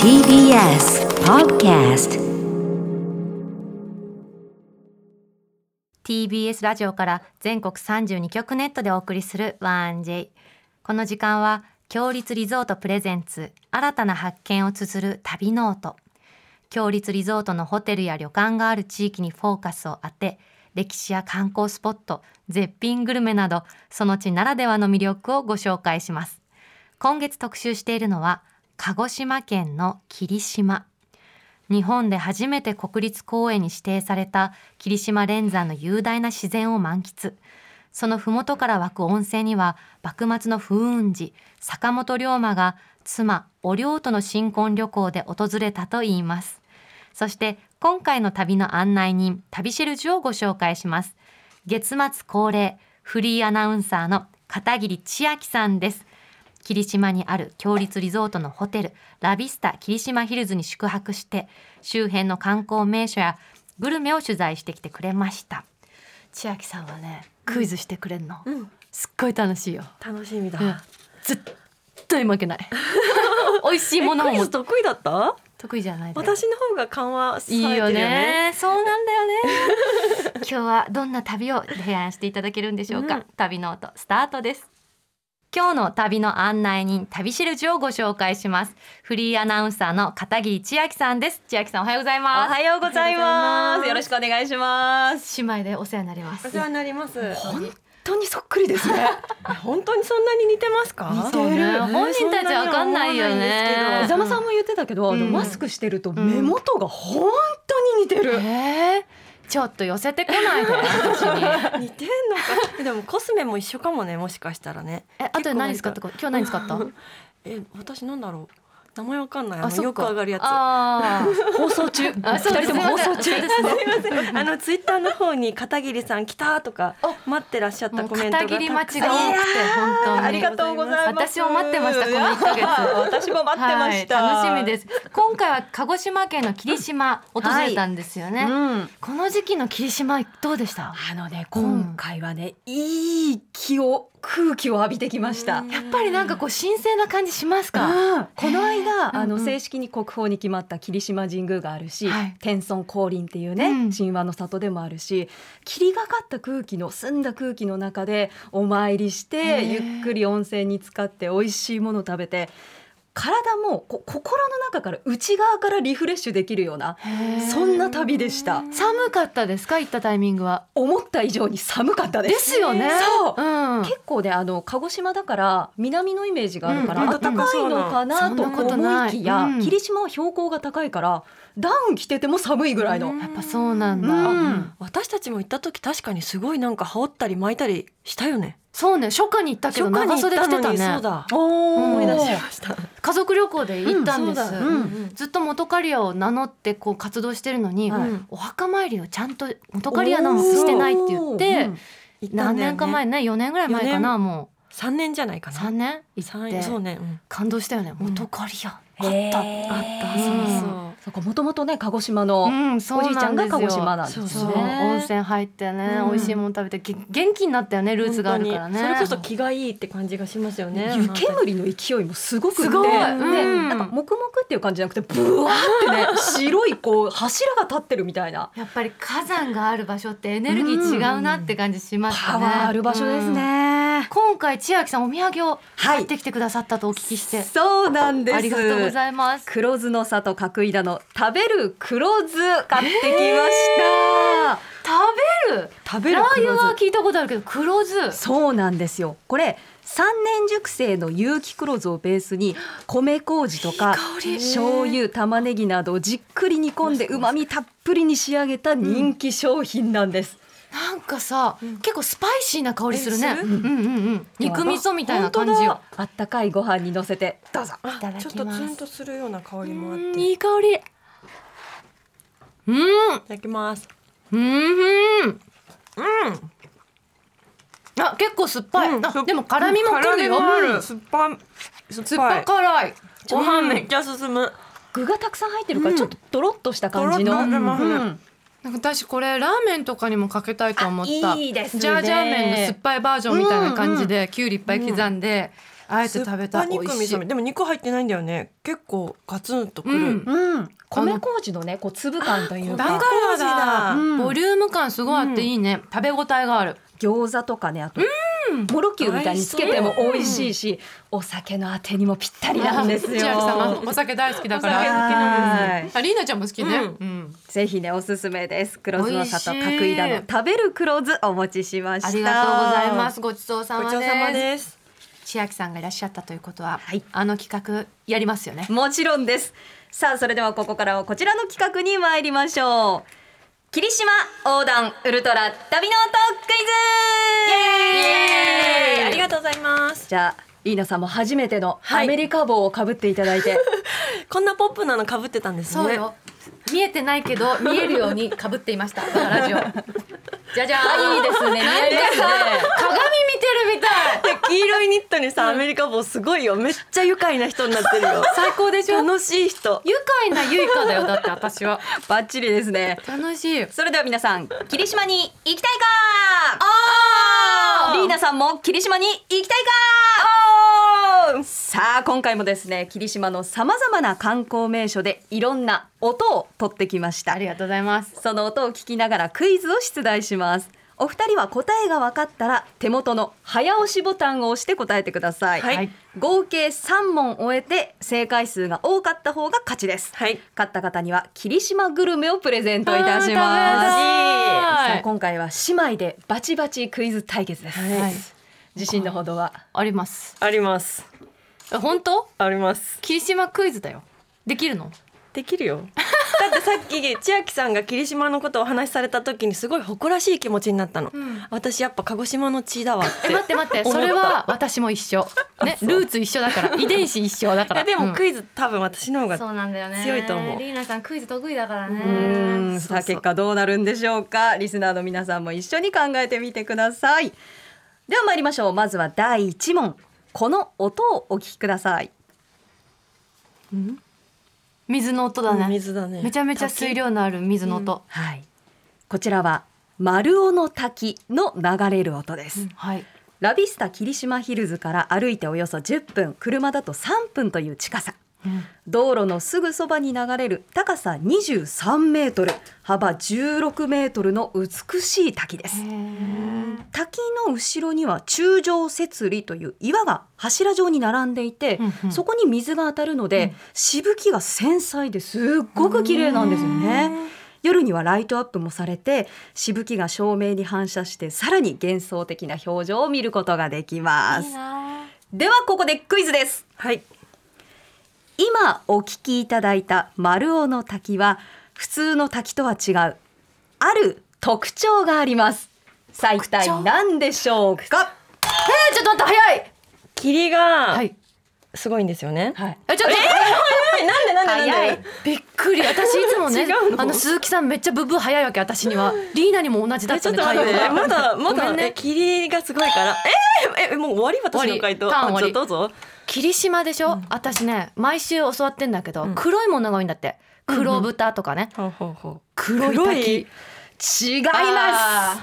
TBS Podcast TBS ラジオから全国32局ネットでお送りする 1J この時間は強立リゾートプレゼンツ新たな発見を綴る旅ノート強立リゾートのホテルや旅館がある地域にフォーカスを当て歴史や観光スポット絶品グルメなどその地ならではの魅力をご紹介します今月特集しているのは鹿児島県の霧島日本で初めて国立公園に指定された霧島連山の雄大な自然を満喫その麓から湧く温泉には幕末の風雲児坂本龍馬が妻お龍との新婚旅行で訪れたといいますそして今回の旅の案内人旅シェルジュをご紹介します月末恒例フリーアナウンサーの片桐千秋さんです霧島にある強立リゾートのホテルラビスタ霧島ヒルズに宿泊して周辺の観光名所やグルメを取材してきてくれました千秋さんはねクイズしてくれんの、うん、すっごい楽しいよ、楽しみだ。うん絶対負け ない美味しいものえクイもズ得意だった？得意じゃないです私の方が緩和されいているよよね。ねそうなんだよね 今日はどんな旅を提案していただけるんでしょうか、うん旅ノートスタートです今日の旅の案内人旅しるじをご紹介しますフリーアナウンサーの片桐千秋さんです千秋さんおはようございおますはようございまおはす。ようございよますろしくお願いします。姉妹でお世話になりますお世話になります。本当にそっくりですね。 本当にそんなに似てますか？似てる本人たちは分かんないよねそんには思わないんですけど伊沢さんも言ってたけど、あのうんマスクしてると目元が本当に似てる、えー、ちょっと寄せてこないで私に似てんのか。でもコスメも一緒かもね。もしかしたらね。 えあとで何使ったか今日何使った え、私なんだろう。名前わかんない。ああのよく上がるやつ。ああ放送中あ二そうです人とも放送すい中ません そうですねのツイッターの方に片桐さん来たとか待ってらっしゃったもうコメントが片切り待ちがたくさん多くて本当にありがとうございます。私を待ってましたこの1ヶ月私も待ってました。はい、楽しみです今回は鹿児島県の霧島訪れたんですよね、うん。この時期の霧島どうでしたあのね今回はね、いい気を空気を浴びてきました、うんやっぱりなんかこう神聖な感じしますか、うんこの間、あうんのうん正式に国宝に決まった霧島神宮があるし、はい天孫降臨っていうね、うん神話の里でもあるし霧がかった空気の澄んだ空気の中でお参りしてへーゆっくり温泉に浸かって美味しいもの食べて体もこう心の中から内側からリフレッシュできるようなへーそんな旅でした寒かったですか行ったタイミングは思った以上に寒かったで。ですすよねそううん、結構ねあの鹿児島だから南のイメージがあるから、うん暖かいのかなうんとそんなこと思ないいきや、うん霧島は標高が高いからダウン着てても寒いぐらいの、うんやっぱそうなんだ、うん私たちも行った時確かにすごいなんか羽織ったり巻いたりしたよね。そうね初夏に行ったけど長袖着てた初夏に行ねそうだ。思い出しうんました、家族旅行で行ったんです、うんそうだうんずっと元カリアを名乗ってこう活動してるのに、はいお墓参りをちゃんと元カリアなのしてないって言って、うん行った何んだよ年ねか前ね4年ぐらい前かなも三年じゃないかうな。 3年行っ三て年そうね。うん感動したよねうん元カリア、へーあったうんそうそう。そうかもともとね鹿児島の、うんそうおじいちゃんがな鹿児島んでなんですよねすよそう温泉入ってね、うん美味しいもの食べてげ元気になったよねルーツがあるからね本当にそれこそ気がいいって感じがしますよね。湯煙の勢いもすごくてすごいでうんなんか黙々っていう感じじゃなくてブワーってね白いこう柱が立ってるみたいなやっぱり火山がある場所ってエネルギー違うなって感じしますね、パワーある場所ですね、うん今回千秋さんお土産をは買ってきてくださったとお聞きして、そうなんですありがとうございます黒酢の里角井田の食べる黒酢買ってきました、食べる食べラるー油黒は酢聞いたことあるけど黒酢そうなんですよこれ三年熟成の有機黒酢をベースに米麹とか醤油玉ねぎなどをじっくり煮込んでうまみたっぷりに仕上げた人気商品なんです、なんかさ、結構スパイシーな香りするえねうするんうんうん肉味噌みたいな感じよ本あったかいご飯にのせてどうぞ当だただきますちょっとツンとするような香りもあうっんて。いいい香りうんただきます。うんうんうん。あ結構酸っぱい、うんあでも辛みもくるよ辛みもあうんる酸っぱい。酸っぱ辛いご飯めっちゃ進む。具がたくさん入ってるからちょっとドロッとした感じの、ドロッとうんうんうんなんか私これラーメンとかにもかけたいと思ったあいいですねジャージャー麺の酸っぱいバージョンみたいな感じで、きゅうりいっぱい刻んで、あえて食べた酸っぱ肉美味しい味噌味でも肉入ってないんだよね結構ガツンとくる、うんうん、米麹のねこう粒感というだかからだ、うんボリューム感すごいあっていいね、食べ応えがある餃子とかねあと、モロキュウみたいにつけても美味しいし、お酒のあてにもぴったりなんですよ。千秋様お酒大好きだからはいあリーナちゃんも好きね、うんうんぜひねおすすめです。黒酢の里美味しい角井田の食べる黒酢お持ちしました。ありがとうございま。すごちそうさごまちそうでさますです千秋さんがいらっしゃったということは、はいあの企画やりますよねもちろんです。さあそれではここからはこちらの企画に参りましょう。霧島横断ウルトラ旅の音クイズイエーイありがとうございますじゃあリーナさんも初めてのはアいメリカ帽をかぶっていただいて、こんなポップなの被ってたんですねそうよ見えてないけど見えるようにかぶっていました このラジオじゃじゃーんいいですねなんかさ鏡見てるみたい黄色いニットにさアメリカ帽すごいよめっちゃ愉快な人になってるよ 最高でしょ楽しい 人愉快なゆいかだよだって私は バッチリですね。楽しいそれでは皆さん霧島に行きたいかあリーナさんも霧島に行きたいかさあ今回もですね霧島のさまざまな観光名所でいろんな音を取ってきましたありがとうございますその音を聞きながらクイズを出題しますお二人は答えが分かったら手元の早押しボタンを押して答えてください、はい合計3問終えて正解数が多かった方が勝ちですはい勝った方には霧島グルメをプレゼントいたあー食べたいします。さあ今回は姉妹でバチバチクイズ対決です。はい自信のほどはありますありますえ本当あります霧島クイズだよできるのできる よだってさっき千秋さんが霧島のことをお話しされた時にすごい誇らしい気持ちになったの、ん私やっぱ鹿児島の血だわってえ待って待ってそれは私も一緒ねルーツ一緒だ から遺伝子一緒だかいやらでうんもクイズ、多分私の方がそうなんだよね強いと思うリーナさんクイズ得意だからうーねんさあ結果どうなるんでしょうかリスナーの皆さんも一緒に考えてみてくださいでは参りましょうまずは第一問この音をお聞きください水の音だね水だねめちゃめちゃ水量のある水の音、はいこちらは丸尾の滝の流れる音です、はいラビスタ霧島ヒルズから歩いておよそ10分車だと3分という近さ道路のすぐそばに流れる高さ23メートル幅16メートルの美しい滝です滝の後ろには中上節理という岩が柱状に並んでいて、うんうんそこに水が当たるので、しぶきが繊細ですっごく綺麗なんですよね。夜にはライトアップもされてしぶきが照明に反射してさらに幻想的な表情を見ることができますではここでクイズですはい今お聞きいただいた丸尾の滝は普通の滝とは違うある特徴がありますさあ一体何でしょうかえー、ちょっと待って早い霧がはいすごいんですよね、はい。えちょっと、えなんでなんでなんで早いびっくり私いつもね違うのあの鈴木さんめっちゃブブー早いわけ私にはリーナにも同じだえっちたょっねと待って対応がまだま ごめだ、んねえ霧がすごいからえー、えもう終わり私の回答終わりターンあ終わちょりどうぞ霧島でしょ、私ね毎週教わってんだけど、黒いものが多いんだって黒豚とかね、ほうほうほう黒い黒滝い違いまあ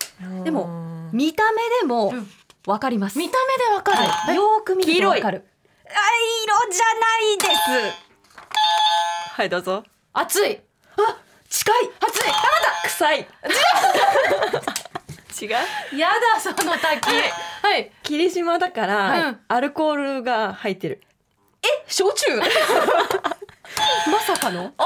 すでも見た目でもわかります、ー見た目でわかる、はい、よーく見る黄と色いわかるあ色じゃないですはいどうぞ熱い近い熱い 臭い違うやだその滝はい霧島だから、はいアルコールが入ってる焼酎 まさかの温正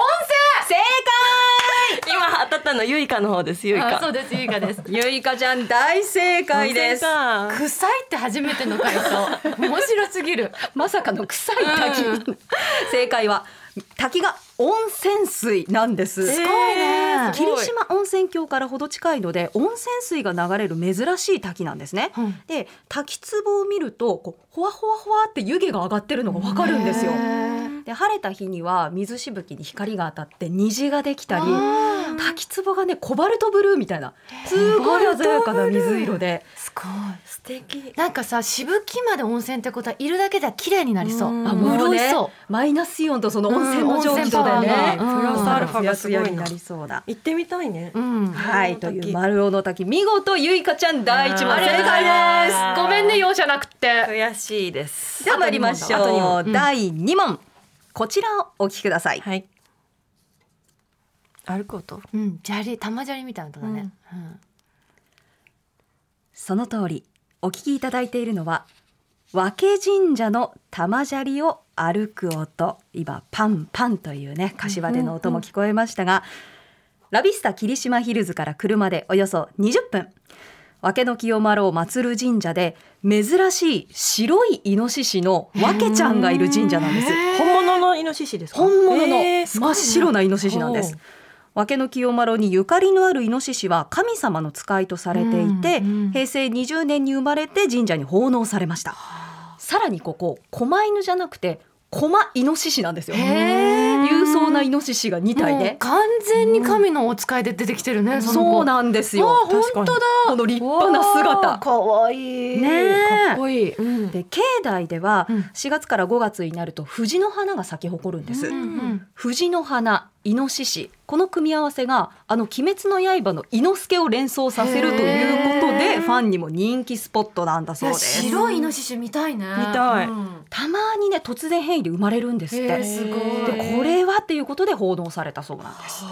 今当たったのゆいかの方ですゆい泉あそうかですゆいかです解ゆいかちゃん大正解です温泉か臭いって初めての回答面白すぎるまさかの臭い滝、う正解は滝が温泉水なんですすごいね霧島温泉郷からほど近いので温泉水が流れる珍しい滝なんですね、うんで滝壺を見るとこうほわほわほわって湯気が上がってるのがわかるんですよへーで晴れた日には水しぶきに光が当たって虹ができたり滝壺がねコバルトブルーみたいなすごい鮮やかな水色で。すごい素敵なんかさしぶきまで温泉ってことはいるだけじゃ綺麗になりそううんあもう潤いねそマイナスイオンとその温泉の蒸気とでね、うん温泉パワーがうんプラスアルファがすごいになりそうだ。行ってみたいねう、うん、はいという丸尾の滝見事ゆいかちゃん第一問あり正がとうござい解まですす。ごめんね容赦なくって悔しいですでは参りましあと二問ょだう、第二問こちらをお聞きください。はい歩く音うん砂利玉砂利みたいなとだね、その通りお聞きいただいているのは和気神社の玉砂利を歩く音今パンパンというね柏での音も聞こえましたが、ラビスタ霧島ヒルズから車でおよそ20分和気の清丸を祀る神社で珍しい白いイノシシの和気ちゃんがいる神社なんです。本物のイノシシですか本物のえーすご真いっ白なイノシシなんでおすう。和気の清丸にゆかりのあるイノシシは神様の使いとされていて、うんうん平成20年に生まれて神社に奉納されました。さらにここ狛犬じゃなくて狛イノシシなんですよ。へー勇壮なイノシシが2体もうで。完全に神のお使いで出てきてるね、その子そうなんですよ。あ本当だ。この立派なわあ姿。かわいいねえかっこいい、うんで境内ではうん4月から5月になると藤の花が咲き誇るんです。うん藤の花イノシシこの組み合わせがあの「鬼滅の刃」の伊之助を連想させるということへーでファンにも人気スポットなんだいそうやです白いイノシシ見たいね見たいうんたまにね突然変異で生まれるんですっへーてすごでいこれはっていうことで報道されたそうなんです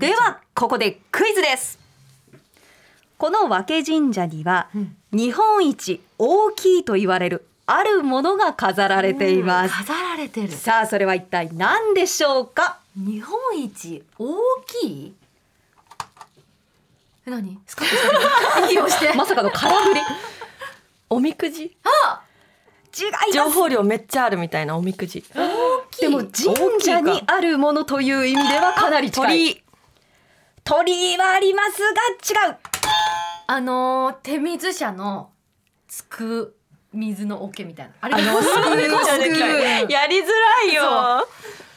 ではここでクイズですこの和気神社にはうん日本一大きいと言われるあるものが飾られています飾られてるさあそれは一体何でしょうか日本一大きいえ何スカッと したけど息をしてまさかの空振り違いおみくじます情報量めっちゃあるみたいなおみくじでも神社にあるものという意味ではかなり近い鳥鳥居はありますが違うあのー手水車のつく水の桶みたいなあれやりづらいよ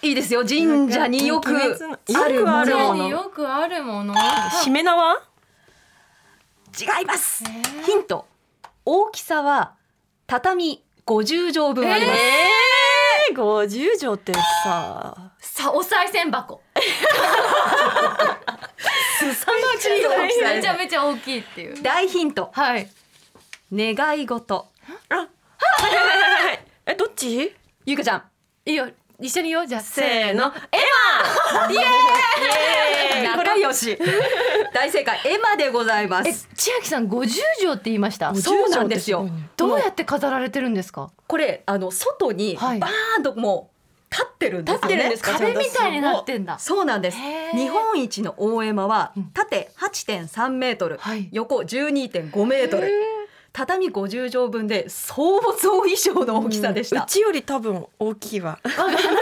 いいですよ神社によく鬼滅のあるもあ神社るもののによくあるものしめ縄違いますヒント大きさは畳50畳分あります、えー、50畳ってささお賽銭箱大きさめちゃめちゃ大きいっていう大ヒントはい願い事えどっちゆうかちゃんいいよ一緒に言おうじゃあせーのエマイエーイ仲良し大正解エマでございまえす千秋さん50畳って言いましたそうなんですよどうやって飾られてるんですかこれあの外にバはいーンともう立ってるんですよね、壁みたいになってんだそうなんですへー日本一の大絵馬はうん縦8.3メートル、はい横12.5メートル畳50畳分で総合以上の大きさでした、うちより多分大きいわ、う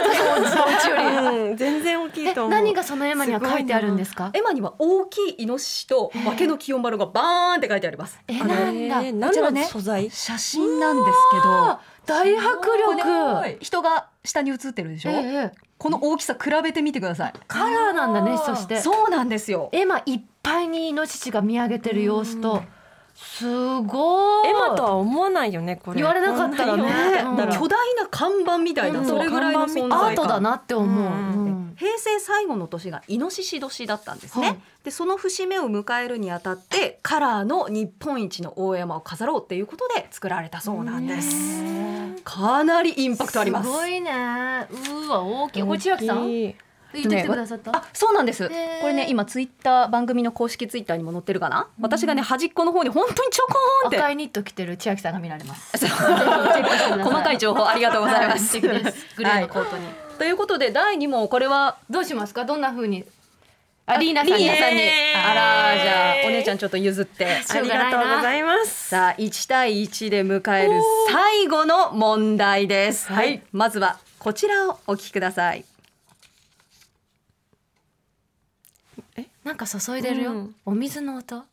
ちより うん、全然大きいとえ思う何がその絵馬には書いてあるんですか絵馬には大きいイノシシと化けの清丸がバーンって書いてありますえあなれんだこちら何のね素材写真なんですけどあ大迫力人が下に写ってるでしょ、ええこの大きさ比べてみてくださいカラーなんだねそしてそうなんですよ絵馬いっぱいにイノシシが見上げてる様子とすごいエマとは思わないよねこれ言われなかったらねこんなに大きかったら巨大な看板みたいな、うんそれぐらいの存在感アートだなって思う、うんうん平成最後の年がイノシシ年だったんですね、はいでその節目を迎えるにあたってカラーの日本一の大山を飾ろうっていうことで作られたそうなんですかなりインパクトありますすごいねうーわ大きいこれ千秋さん大きい言ってきてくださった、あそうなんですこーれね今ツイッター番組の公式ツイッターにも載ってるかな、私がね端っこの方に本当にちょこーんって赤いニット着てる千秋さんが見られます そうい細かい情報ありがとうございます素敵ですグレーのコートに、 ということで第2問これはどうしますかどんな風にあリーナさんリにーナさんにえーあらーじゃあお姉ちゃんちょっと譲ってありがとうございますさあ1対1で迎える最後の問題です、はいまずはこちらをお聞きくださいなんか注いでるよ、うんお水の音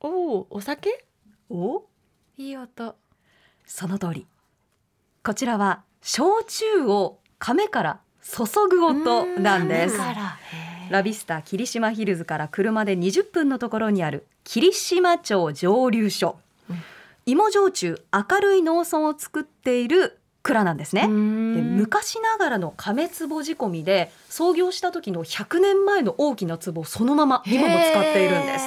おおお酒おいい音その通りこちらは焼酎を亀から注ぐ音なんですだからラビスタ霧島ヒルズから車で20分のところにある霧島町蒸留所、芋焼酎明るい農村を作っている蔵なんですね。で昔ながらの亀壺仕込みで創業した時の100年前の大きな壺をそのまま今も使っているんです。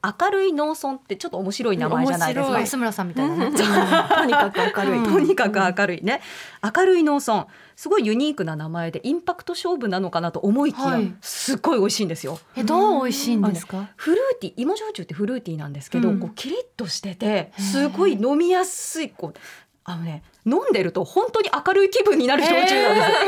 明るい農村ってちょっと面白い名前じゃないですか。安村さんみたいなね、とにかく明るい、とにかく明るいね明るい農村すごいユニークな名前でインパクト勝負なのかなと思いきや、はいすっごい美味しいんですよえどう美味しいんですかフルーティー芋焼酎ってフルーティーなんですけど、うんこうキリッとしててすごい飲みやすいこうあのね飲んでると本当に明るい気分になる焼酎なんです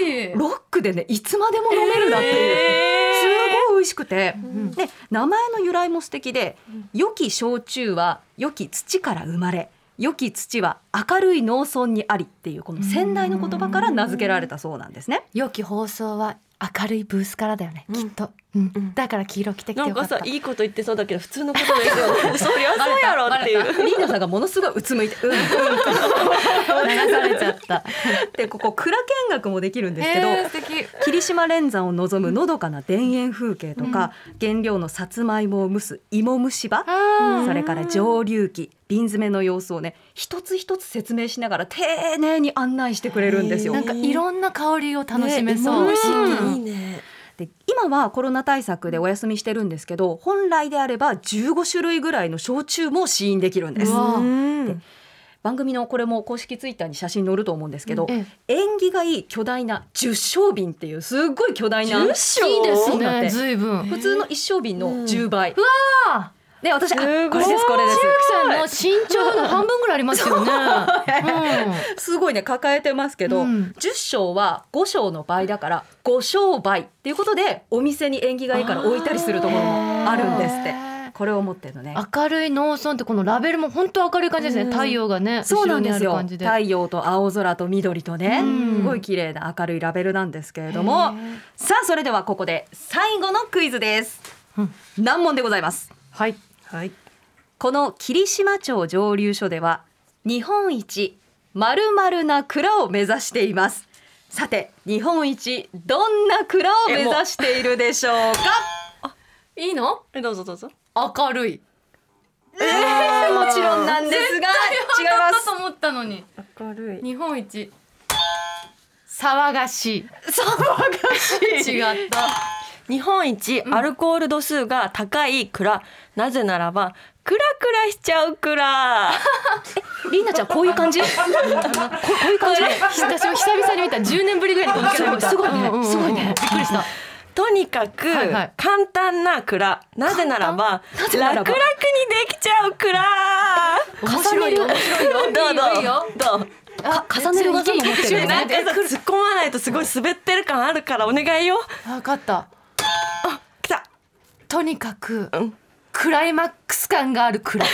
よ、いいロックでねいつまでも飲めるなっていう、すごい美味しくて、んで名前の由来も素敵で「良き焼酎は良き土から生まれ」良き土は明るい農村にありっていうこの先代の言葉から名付けられたそうなんですね。良き放送は明るいブースからだよね、きっと、うんんだから黄色着てきなてんよかかったさいいこと言ってそうだけど普通のことですよ ねそりゃそうやろっていうリーナさんがものすごいうつむいて、うん、うん流されちゃった ってここ蔵見学もできるんですけど、えー、素敵霧島連山を望むのどかな田園風景とか、原料のさつまいもを蒸す芋蒸し場あーそれから蒸留機瓶詰めの様子をね一つ一つ説明しながら丁寧に案内してくれるんですよ。なんかいろんな香りを楽しめそう、ね芋蒸し器うんいいねで今はコロナ対策でお休みしてるんですけど本来であれば15種類ぐらいの焼酎も試飲できるんですう。わうん番組のこれも公式ツイッターに写真載ると思うんですけど、ええ縁起がいい巨大な10升瓶っていうすっごい巨大な10いいです瓶だってね随分普通の一升瓶のうん10倍。うわで私あこすれごいですこれです。千秋さんの身長の半分ぐらいありますよね。すごいね抱えてますけど、うん10升は5升の倍だから5升倍っていうことでお店に縁起がいいから置いたりするところもあるんですってへーこれを持ってるのねうん明るい農村ってこのラベルも本当明るい感じですね。うん太陽がね、そうなんです後よろにある感じで。太陽と青空と緑とね、うんすごい綺麗な明るいラベルなんですけれどもさあそれではここで最後のクイズです、難問でございますはい。はいこの霧島町蒸留所では日本一まるまるな蔵を目指していますさて日本一どんな蔵を目指しているでしょうかいいの？えどうぞどうぞ明るい。もちろんなんですが違いますと思ったのに。明るい日本一。騒がしい。騒がしい。違った。日本一アルコール度数が高い蔵、なぜならばクラクラしちゃう蔵りんなちゃんこういう感じここういう感じ私も久々に見た。10年ぶりぐらいにこのキャラ見た。すごいねうんうんうんすごいねびっくりした。とにかくはいはい簡単な蔵なぜならば簡単な楽ぜな々らにばできちゃう蔵重ねるよ。面白いよ。どう いいよ。どうどうあ重ねる技も持ってるよねなんかさ突っ込まないとすごい滑ってる感あるからお願いよ分かった。来たとにかく、んクライマックス感があるくらい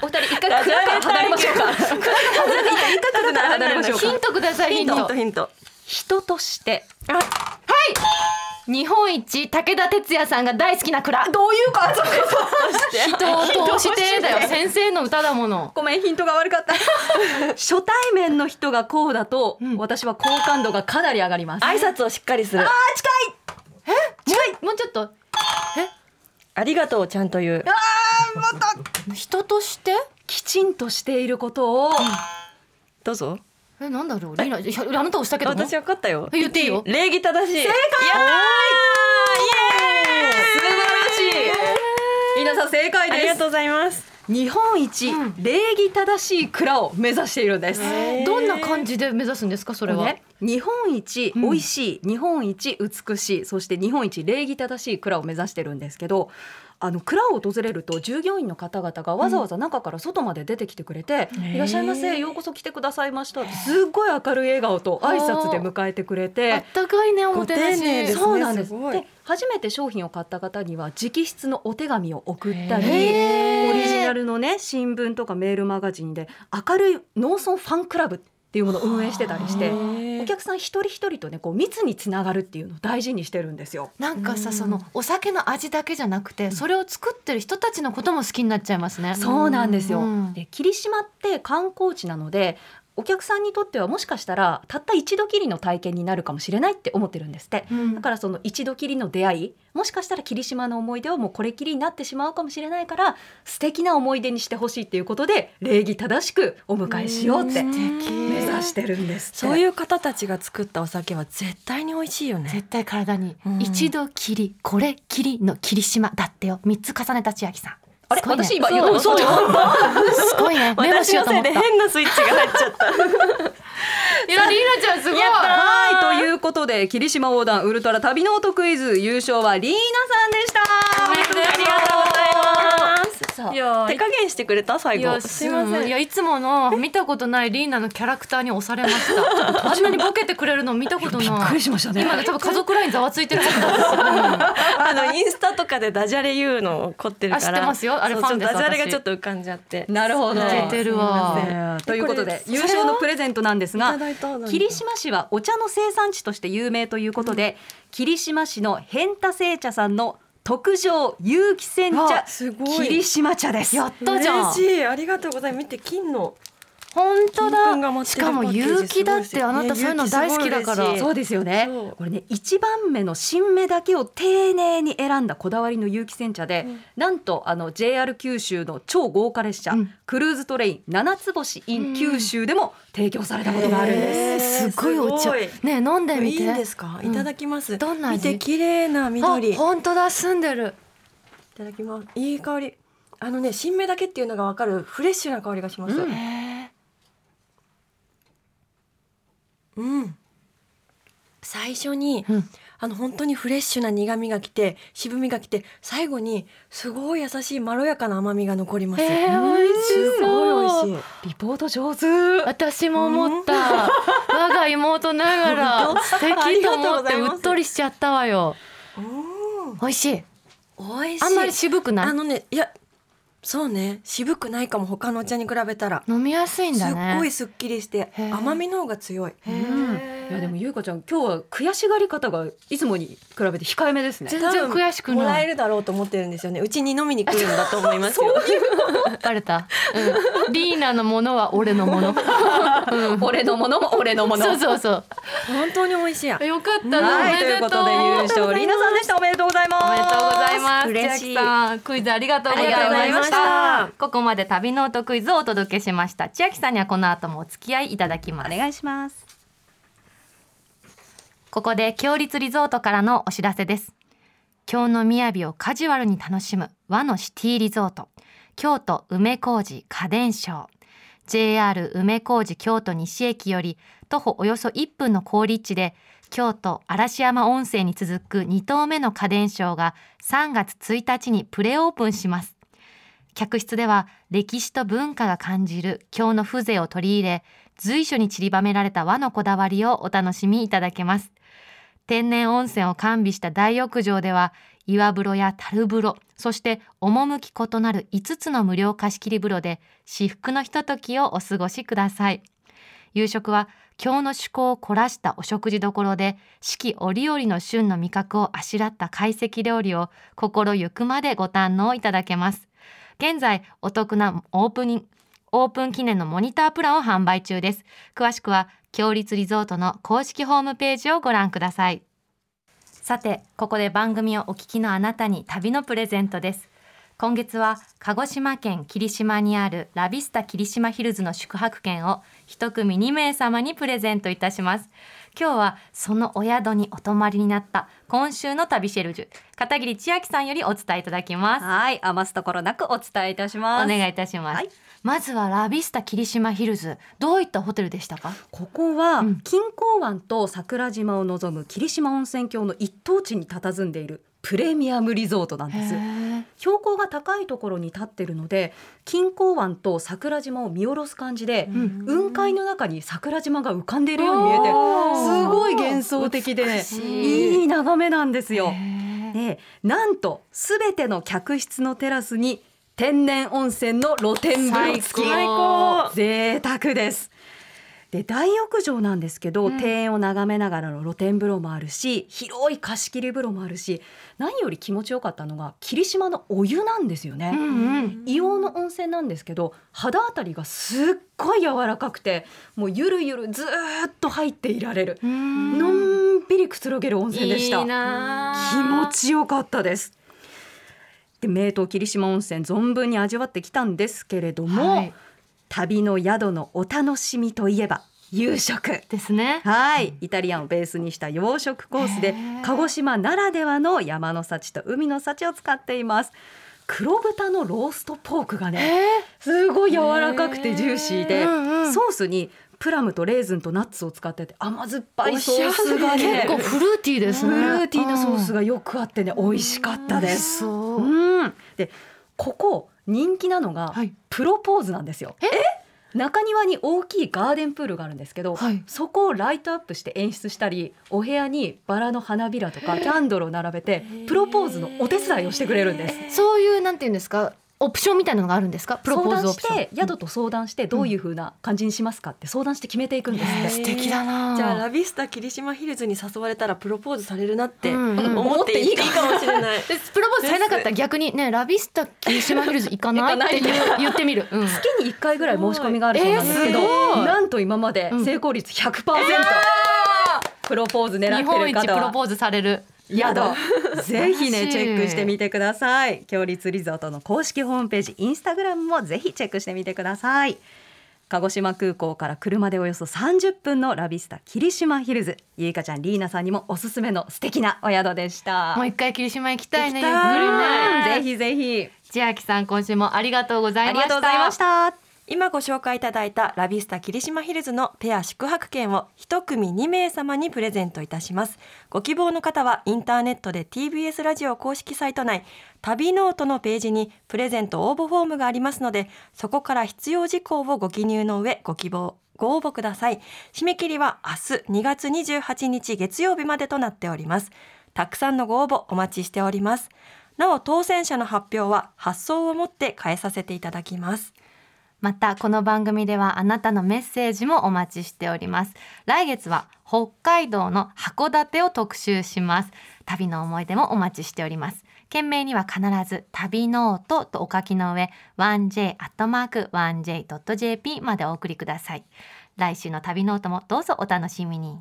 お二人一回蔵から離れましょうか蔵から離れて一回蔵から離れましょうヒかントくださいヒントヒントヒント人として日本一武田鉄矢さんが大好きな蔵どういう感じ人を通してだよ先生の歌だものごめんヒントが悪かった初対面の人がこうだと、私は好感度がかなり上がります挨拶をしっかりするもうちょっとありがとうをちゃんと言う人としてきちんとしていることを、どうぞえなんだろうリーナいやあなた押したけども私分かったよえ言っていいよ礼儀正しい正解素晴らしい皆さん正解ありでがすとうございます日本一、礼儀正しい蔵を目指しているんです、どんな感じで目指すんですかそれは、ね、日本一美味しい、日本一美しいそして日本一礼儀正しい蔵を目指してるんですけどあの蔵を訪れると従業員の方々がわざわざ中から外まで出てきてくれて「いらっしゃいませようこそ来てくださいました」ってすっごい明るい笑顔と挨拶で迎えてくれ。あってたかいねおもご丁てなし寧ですねそうなんですすごいで初めて商品を買った方には直筆のお手紙を送ったりへーオリジナルのね新聞とかメールマガジンで明るい農村ファンクラブっていうものを運営してたりしてお客さん一人一人とねこう密につながるっていうのを大事にしてるんですよ。なんかさそのお酒の味だけじゃなくてそれを作ってる人たちのことも好きになっちゃいますねそうなんですよ、うんで霧島って観光地なのでお客さんにとってはもしかしたらたった一度きりの体験になるかもしれないって思ってるんですって、うんだからその一度きりの出会いもしかしたら霧島の思い出はもうこれきりになってしまうかもしれないから素敵な思い出にしてほしいっていうことで礼儀正しくお迎えしようってうん目素敵指してるんですってそういう方たちが作ったお酒は絶対に美味しいよね。絶対体に、うん一度きりこれきりの霧島だってよ三つ重ねた千秋さんあれすごいね私今言ったのそうよすごいねメモし私ようと思のせいっでた変なスイッチが入っちゃった。いやりなちゃんすごいはいということで霧島横断ウルトラ旅ノートクイズ優勝はリーナさんでしたおめでとうございます。そういや手加減してくれた最い後。やすいません。いやいつもの見たことないリーナのキャラクターに押されましたあんなにボケてくれるの見たことびっなくいりしましたね今ね多分家族ラインざわついてるはずだあのインスタとかでダジャレ言うの凝ってるから。あ知ってますよあれそうファンですそうダジャレ私がちょっと浮かんじゃって。なるほど出てるわすいまえーということでこれ優勝のプレゼントなんですがいただいたのに霧島市はお茶の生産地として有名ということで、霧島市のヘンタ製茶さんの特上有機煎茶あすごい霧島茶ですやったじゃん嬉しい。ありがとうございます。見て金の。本当金粉がだ待っしてるかもパッケージ勇気だっすごいてあなたそういうの大好きだからね勇気すごい嬉しいそうですよねそうこれね一番目の新芽だけを丁寧に選んだこだわりの有機煎茶で、なんとあの JR 九州の超豪華列車、うんクルーズトレイン七つ星 in 九州でも提供されたことがあるんです、えーすごいお茶すねごえ飲んでみいていんですか。いただきます。どんな見味て綺麗なあ緑。い本当だ澄んでるただきます。いい香り。あのね新芽だけっていうのがわかるフレッシュな香りがします。うんうん最初に、うんあの本当にフレッシュな苦みがきて渋みがきて最後にすごい優しいまろやかな甘みが残ります、えー美味しすごいそう美味しいリポート上手私も思った我が妹ながら素敵と思ってうっとりしちゃったわよ美味しい美味しいあんまり渋くあないのねいやそうね渋くないかも他のお茶に比べたら、飲みやすいんすだっねごいすっきりしてへー甘みの方が強いうんいやでもゆうかちゃん今日は悔しがり方がいつもに比べて控えめですね全然悔しくもらなえいるだろうと思ってるんですよねうちに飲みに来るんだと思いますよ バレた、うん、リーナのものは俺のもの俺のものも俺のものそうそうそう本当に美味しいやよかったはいおとめいうでとこうとで優勝リーナさんでしたおめでとうございますおめでとうございます嬉しい千秋さんクイズありがとうございましたありがとうございましたここまで旅ノートクイズをお届けしました千秋さんにはこの後もお付き合いいただきますお願いしますここで強立リゾートからのお知らせです京の雅をカジュアルに楽しむ和のシティリゾート京都梅小路家電商 JR 梅小路京都西駅より徒歩およそ1分の好立地で京都嵐山温泉に続く2棟目の家電商が3月1日にプレオープンします客室では歴史と文化が感じる京の風情を取り入れ随所に散りばめられた和のこだわりをお楽しみいただけます天然温泉を完備した大浴場では岩風呂や樽風呂そして趣異なる5つの無料貸し切り風呂で至福のひとときをお過ごしください夕食は京の趣向を凝らしたお食事どころで四季折々の旬の味覚をあしらった懐石料理を心ゆくまでご堪能いただけます現在お得なオープニングオープン記念のモニタープランを販売中です詳しくは強立リゾートの公式ホームページをご覧くださいさてここで番組をお聞きのあなたに旅のプレゼントです今月は鹿児島県霧島にあるラビスタ霧島ヒルズの宿泊券を一組2名様にプレゼントいたします今日はそのお宿にお泊まりになった今週の旅シェルジュ片桐千秋さんよりお伝えいただきますはい余すところなくお伝えいたしますお願いいたします、はいまずはラビスタ霧島ヒルズどういったホテルでしたかここはうん錦江湾と桜島を望む霧島温泉郷の一等地に佇んでいるプレミアムリゾートなんです標高が高いところに立ってるので錦江湾と桜島を見下ろす感じで、ん雲海の中に桜島が浮かんでいるように見えてすごい幻想的でねいい眺めなんですよ。でなんとすべての客室のテラスに天然温泉の露天風呂付き最高贅沢です。でで大浴場なんですけど、うん庭園を眺めながらの露天風呂もあるし広い貸し切り風呂もあるし何より気持ちよかったのが霧島のお湯なんですよね。うんうん硫黄の温泉なんですけど肌あたりがすっごい柔らかくてもうゆるゆるずーっと入っていられるのんびりくつろげる温泉でしたいいな気持ちよかったですで名湯霧島温泉存分に味わってきたんですけれども、はい旅の宿のお楽しみといえば夕食ですね。はい、イタリアンをベースにした洋食コースで鹿児島ならではの山の幸と海の幸を使っています黒豚のローストポークがねすごい柔らかくてジューシーで、ソースにプラムとレーズンとナッツを使ってて甘酸っぱいソースがね結構フルーティーですフルねーティーなソースががよくあってね美味しかったです。そう、うん、でここ人気なのがはいプロポーズなんですよ。中庭に大きいガーデンプールがあるんですけど、はいそこをライトアップして演出したりお部屋にバラの花びらとかキャンドルを並べてプロポーズのお手伝いをしてくれるんです。そういうなんていうんですかオプションみたいなのがあるんですかプロ相ポー談ズオしプションて宿と相談してどういう風な感じにしますかって相談して決めていくんですって。へー敵だなじゃあラビスタ霧島ヒルズに誘われたらプロポーズされるなってうんうん思っていいかもしれない。でプロポーズされなかったら逆にねラビスタ霧島ヒルズ行かない行かないって言う言ってみる、うん、月に1回ぐらい申し込みがあるそうなんですけど、すごいなんと今までうん成功率100%、プロポーズ狙日って本る一プ方ロポはーズされる。宿ぜひ素晴らしねいチェックしてみてください強立リゾートの公式ホームページインスタグラムもぜひチェックしてみてください鹿児島空港から車でおよそ30分のラビスタ霧島ヒルズゆいかちゃんリーナさんにもおすすめの素敵なお宿でしたもう一回霧島行きたいね。ゆっ行きたいくりうんね。ぜひぜひ千秋さん今週もありがとうござあいりましがた。とうございました今ご紹介いただいたラビスタ霧島ヒルズのペア宿泊券を一組2名様にプレゼントいたしますご希望の方はインターネットで TBS ラジオ公式サイト内旅ノートのページにプレゼント応募フォームがありますのでそこから必要事項をご記入の上ご希望ご応募ください締め切りは明日2月28日月曜日までとなっておりますたくさんのご応募お待ちしておりますなお当選者の発表は発送をもって変えさせていただきますまたこの番組ではあなたのメッセージもお待ちしております来月は北海道の函館を特集します旅の思い出もお待ちしております件名には必ず旅ノートとお書きの上 1j.1j.jp までお送りください来週の旅ノートもどうぞお楽しみに